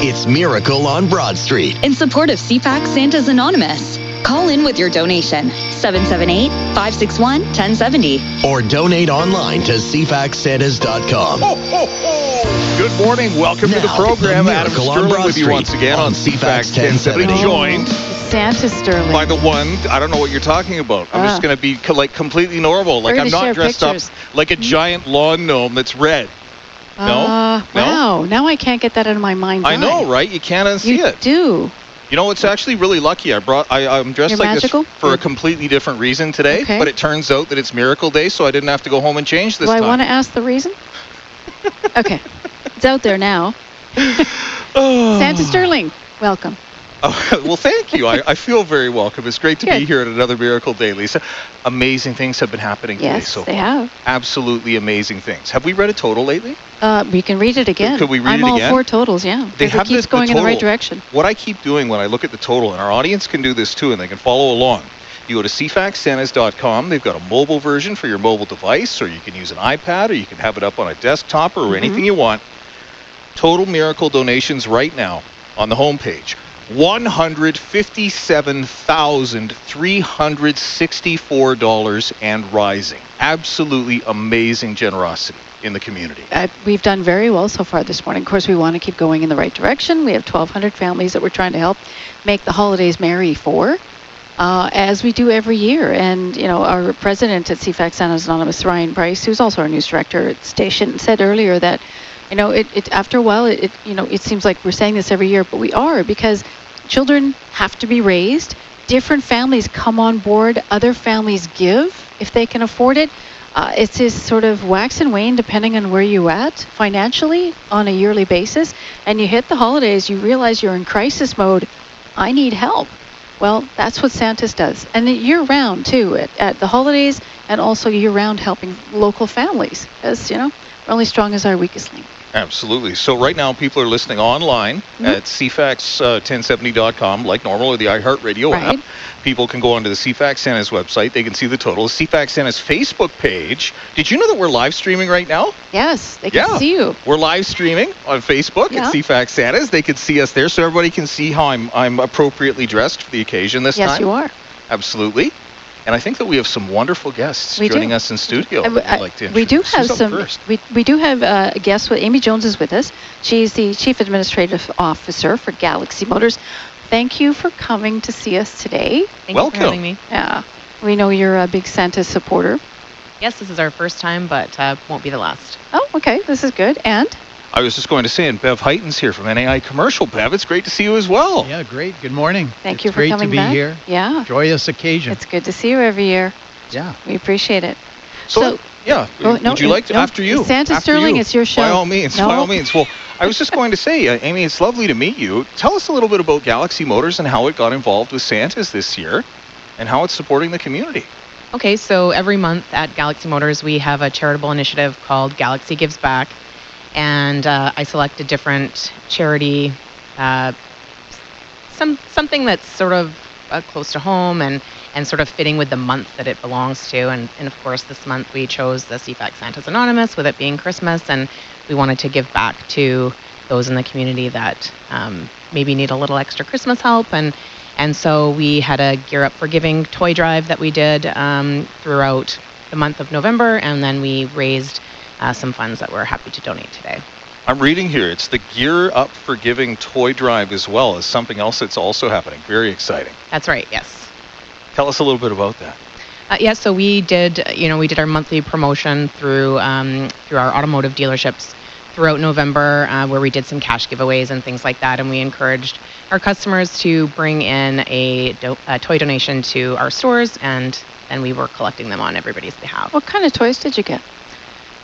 It's Miracle on Broad Street. in support of CFAC Santa's Anonymous. Call in with your donation 778 561 1070. Or donate online to E cfaxsantas.com. Good morning. Welcome to the Now, program. the Adam Miracle on Sterling Broad with you Street once again on on CFAX CFAX 1070, Oh. joined Santa Sterling. by the one. I don't know what you're talking about. I'm just Ah. going to be co- like completely normal. Like We're I'm gonna not share dressed pictures. up like a giant lawn gnome that's red. No? Uh, No? Wow. Now I can't get that out of my mind. I know, right? You can't unsee You it. do. You know, it's actually really lucky. I brought. I, I'm dressed You're like magical? this for a completely different reason today. Okay. But it turns out that it's Miracle Day, so I didn't have to go home and change this do I time. want to ask the reason? okay. It's out there now. Santa Sterling, welcome. Oh, well, thank you. I, I feel very welcome. It's great to be Good. here at another Miracle Day, Lisa. Amazing things have been happening today Yes, so they far. have. Absolutely amazing things. Have we read a total lately? Uh, we can read it again. Could we read I'm it all again? for totals, yeah. They If have it keeps this- the going in the right total. direction. What I keep doing when I look at the total, and our audience can do this too, and they can follow along. You go to cfaxsantas.com. They've got a mobile version for your mobile device, or you can use an iPad, or you can have it up on a desktop, or anything you want. Total miracle donations right now on the homepage. 157,364 dollars and rising. Absolutely amazing generosity in the community. Uh, we've done very well so far this morning. Of course, we want to keep going in the right direction. We have 1,200 families that we're trying to help make the holidays merry for, uh, as we do every year. And, you know, our president at CFAX Santa's Anonymous, Ryan Price, who's also our news director at the station, said earlier that, you know, it, it after a while, it, it, you know, it seems like we're saying this every year, but we are because children have to be raised. Different families come on board. Other families give if they can afford it. Uh, it's just sort of wax and wane depending on where you at financially on a yearly basis. And you hit the holidays, you realize you're in crisis mode. I need help. Well, that's what Santa's does. And it year round, too, at, at the holidays and also year round helping local families. As you know, we're only strong as our weakest link. Absolutely. So right now, people are listening online Mm-hmm. at cfax1070.com, like normal, or the iHeartRadio Right. app. People can go onto the CFAX Santa's website. They can see the total. CFAX Santa's Facebook page. Did you know that we're live streaming right now? Yes, they can see you. We're live streaming on Facebook Yeah. at CFAX Santa's. They can see us there, so everybody can see how I'm I'm appropriately dressed for the occasion this Yes, time. you are. Absolutely. And I think that we have some wonderful guests We do. joining us in studio. I- that I'd I- like to we do introduce. have Who's up some. first? We, we do have uh, a guest with Amy Jones is with us. She's the chief administrative officer for Galaxy Motors. Thank you for coming to see us today. Thank Welcome. you for having me. Yeah, we know you're a big Santa supporter. Yes, this is our first time, but uh, won't be the last. Oh, okay, this is good. And I was just going to say, and Bev Heightens here from NAI Commercial. Bev, it's great to see you as well. Yeah, great. Good morning. thank It's you for great coming to be back. here. Yeah, Joyous occasion. it's good to see you every year. yeah. We appreciate it. So, So- yeah, Oh, would no, you like to no. after you? Santa after Sterling, you. it's your show. By all means, by No. all means. Well, I was just going to say, uh, Amy, it's lovely to meet you. Tell us a little bit about Galaxy Motors and how it got involved with Santa's this year, and how it's supporting the community. Okay, so every month at Galaxy Motors, we have a charitable initiative called Galaxy Gives Back, and uh, I select a different charity, uh, some something that's sort of uh, close to home and and sort of fitting with the month that it belongs to. And and of course, this month we chose the CFAX Santa's Anonymous, with it being Christmas, and we wanted to give back to those in the community that um, maybe need a little extra Christmas help and. And so we had a Gear Up for Giving toy drive that we did um, throughout the month of November, and then we raised uh, some funds that we're happy to donate today. I'm reading here. It's the Gear Up for Giving toy drive as well as something else that's also happening. Very exciting. That's right, yes. Tell us a little bit about that. Uh, yeah, so we did, uh, you know, we did our monthly promotion through um, through our automotive dealerships throughout November, uh, where we did some cash giveaways and things like that, and we encouraged our customers to bring in a, do- a toy donation to our stores, and then we were collecting them on everybody's behalf. What kind of toys did you get?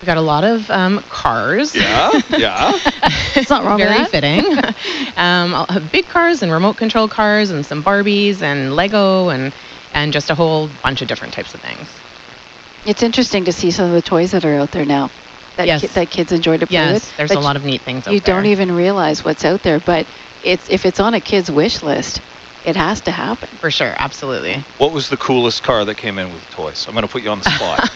We got a lot of um, cars. Yeah, yeah. It's not wrong with Very that. fitting. um, I'll have big cars and remote control cars and some Barbies and Lego and and just a whole bunch of different types of things. It's interesting to see some of the toys that are out there now. That, Yes. ki- that kids enjoy to play Yes, with. there's Like, a lot of neat things. you out there. don't even realize what's out there but it's if it's on a kid's wish list It has to happen. for sure. Absolutely. What was the coolest car that came in with toys? I'm going to put you on the spot.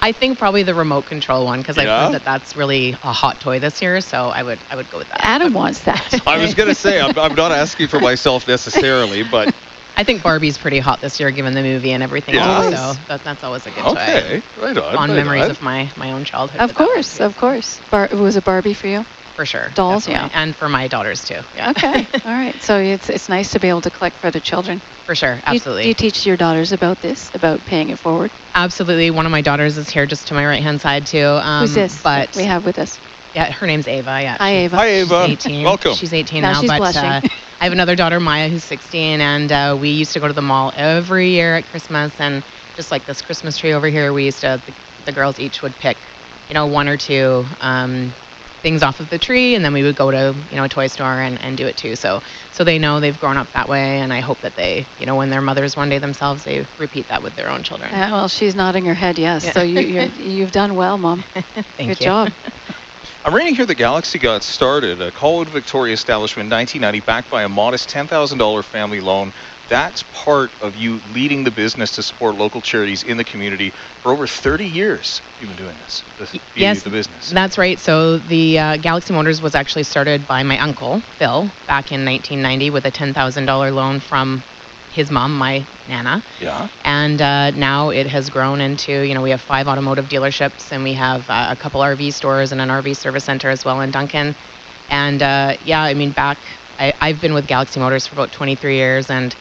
I think probably the remote control one because I've Yeah? heard that that's really a hot toy this year. So I would I would go with that. Adam wants that. I was going to say, I'm, I'm not asking for myself necessarily, but I think Barbie's pretty hot this year given the movie and everything. Yeah. else, Always. So that, that's always a good okay, right on. toy. Fond right memories on. of my my own childhood. Of with that one, course, too. of course. Bar- was it Barbie for you? for sure. Dolls, definitely. and for my daughters too. Yeah, Okay. All right. So it's it's nice to be able to collect for the children. for sure. You- Absolutely. do you teach your daughters about this, about paying it forward? Absolutely. One of my daughters is here just to my right hand side too. Um, Who's this? But we have with us. yeah, her name's Ava. Yeah. Hi, Ava. Uh, Hi, Ava. She's 18. Welcome. She's 18 Now now, she's but blushing. uh, I have another daughter, Maya, who's 16, and uh, we used to go to the mall every year at Christmas. And just like this Christmas tree over here, we used to, the, the girls each would pick, you know, one or two um, things off of the tree, and then we would go to, you know, a toy store and, and do it too. So, so they know they've grown up that way, and I hope that they, you know, when they're mothers one day themselves, they repeat that with their own children. Uh, well, she's nodding her head yes. Yeah. So you you're, you've done well, mom. Thank Good you. job. I'm reading here that Galaxy got started, a Colwood Victoria establishment in 1990, backed by a modest $10,000 family loan. That's part of you leading the business to support local charities in the community. For over 30 years, you've been doing this, this being yes, the business. That's right. So the uh, Galaxy Motors was actually started by my uncle Phil back in 1990 with a $10,000 loan from his mom, my nana, yeah. and uh, now it has grown into you know we have five automotive dealerships and we have uh, a couple RV stores and an RV service center as well in Duncan, and uh, yeah, I mean back I, I've been with Galaxy Motors for about 23 years and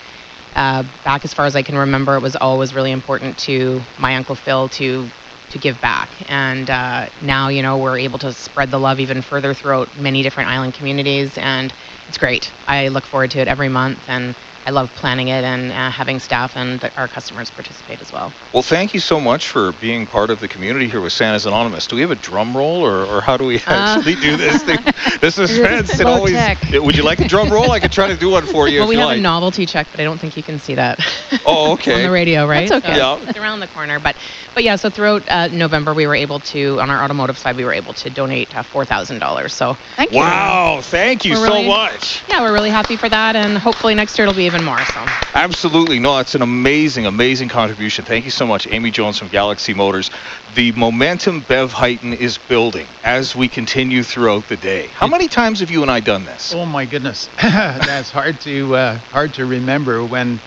uh, back as far as I can remember, it was always really important to my uncle Phil to to give back. And uh, now, you know, we're able to spread the love even further throughout many different island communities, and it's great. I look forward to it every month, and I love planning it and uh, having staff and th- our customers participate as well. Well, thank you so much for being part of the community here with Santa's Anonymous. Do we have a drum roll, or, or how do Uh. we actually do this thing? This is It low always. tech. Yeah, Would you like a drum roll? I could try to do one for you. well, if we you have like. a novelty check, but I don't think you can see that. Oh, okay. on the radio, right? That's okay. Yeah. It's around the corner, but but yeah. So throughout uh, November, we were able to on our automotive side, we were able to donate uh, four thousand dollars. So Thank you. Wow! Thank you We're so really- much. yeah, we're really happy for that, and hopefully next year it'll be even more. So Absolutely. No, it's an amazing, amazing contribution. Thank you so much, Amy Jones from Galaxy Motors. The momentum Bev Heighton is building as we continue throughout the day. How many times have you and I done this? Oh my goodness, that's hard to uh, hard to remember when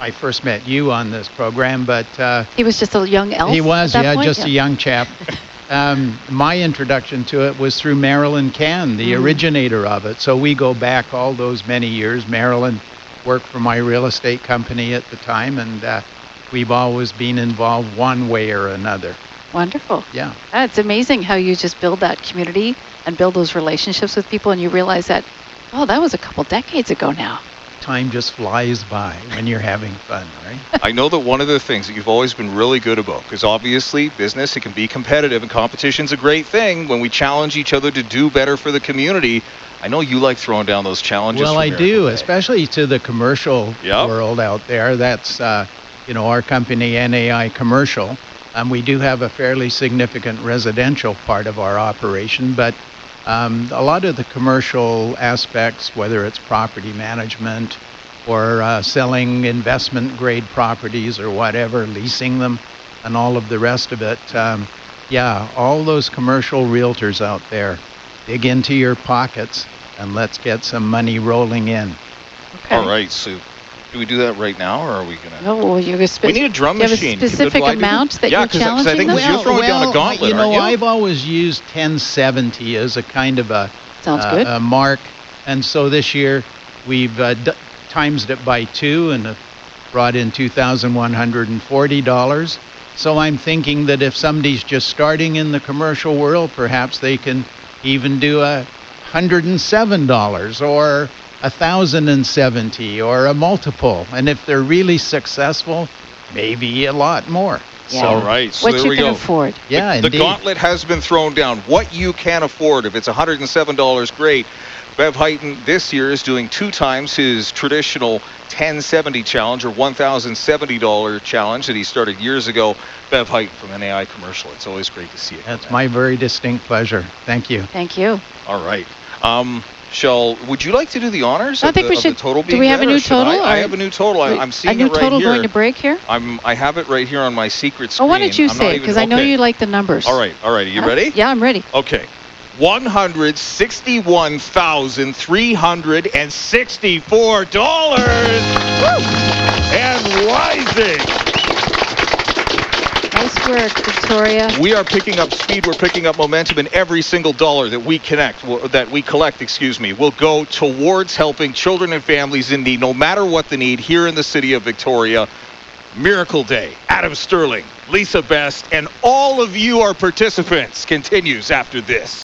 I first met you on this program, but uh, He was just a young elf. he was at that yeah, point? just a young chap. Um, my introduction to it was through Marilyn Can, the Mm-hmm. originator of it. So we go back all those many years. Marilyn worked for my real estate company at the time, and uh, we've always been involved one way or another. Wonderful. Yeah. Yeah, It's amazing how you just build that community and build those relationships with people, and you realize that, oh, that was a couple decades ago now. Time just flies by when you're having fun, right? I know that one of the things that you've always been really good about, because obviously business, it can be competitive and competition's a great thing when we challenge each other to do better for the community. I know you like throwing down those challenges. Well, for I Miracle do, Day. especially to the commercial Yep. world out there. That's, uh, you know, our company, NAI Commercial. Um, we do have a fairly significant residential part of our operation, but um, a lot of the commercial aspects, whether it's property management or uh, selling investment grade properties or whatever, leasing them, and all of the rest of it. Um, yeah, all those commercial realtors out there, dig into your pockets and let's get some money rolling in. Okay. All right, so do we do that right now, or are we going to? Oh, well, you're going to We need a drum Do you have a machine. specific Well, I do. amount that yeah, you're 'cause I- 'cause I challenging think 'cause them? you're throwing down a gauntlet. you know, aren't you? I've always used 1070 as a kind of a, Sounds uh, good. a mark, and so this year we've uh, d- times it by two and have brought in $2,140. So I'm thinking that if somebody's just starting in the commercial world, perhaps they can even do a $107 or a 1070 or a multiple. And if they're really successful, maybe a lot more. Yeah. All right, so what there you we can go. afford. Yeah, the, the indeed. gauntlet has been thrown down. What you can afford, if it's $107, great. Bev Heighton this year is doing two times his traditional 1070 challenge or $1,070 challenge that he started years ago. Bev Heighton from NAI Commercial. It's always great to see you. That's my very distinct pleasure. Thank you. Thank you. All right. Um, Shall would you like to do the honors? I of think the, we of should- the total do being we have a read, or new should I? total, I or- have a new total. I, I'm seeing a new it right total here. going to break here. I'm I have it right here on my secret Oh, screen. why don't you I'm not say it? even- Because I know okay. you like the numbers. All right, all right. Are you Huh? ready? Yeah, I'm ready. Okay. 161,364 dollars and rising. Nice work, Victoria. We are picking up speed. We're picking up momentum, and every single dollar that we connect, w- that we collect, excuse me, will go towards helping children and families in need, no matter what the need, here in the city of Victoria. Miracle Day. Adam Sterling, Lisa Best, and all of you are participants. Continues after this.